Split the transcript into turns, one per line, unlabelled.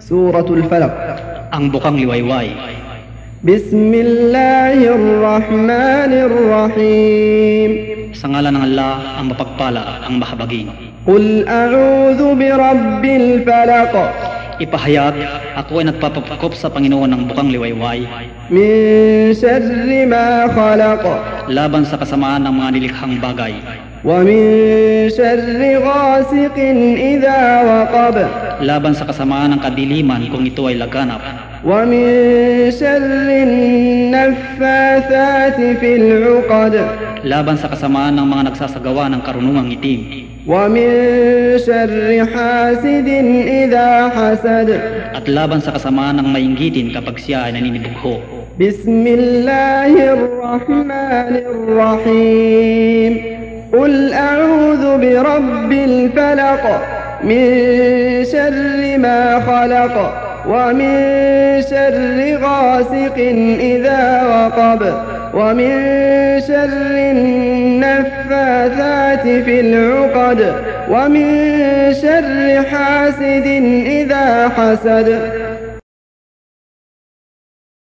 سورة الفلق
Ang Bukang Liwayway
بسم الله الرحمن الرحيم
Sa ngalan ng Allah, ang mapagpala, ang mahabagin.
قل أعوذ برب الفلق
Ipahayag, ako ay nagpapakup sa Panginoon ng Bukang Liwayway
من شر ما خلق
laban sa kasamaan ng mga nilikhang bagay
ومن شر غاسق إذا وقب
laban sa kasamaan ng kadiliman kung ito ay laganap
ومن شر النفاثات في العقد
laban sa kasamaan ng mga nagsasagawa ng karunungang itim
ومن شر حاسد إذا حسد
at laban sa kasamaan ng mainggitin kapag siya ay naninibugho.
بسم الله الرحمن الرحيم قل أعوذ برب الفلق من شر ما خلق ومن شر غاسق إذا وقب ومن شر النفاثات في العقد ومن شر حاسد إذا حسد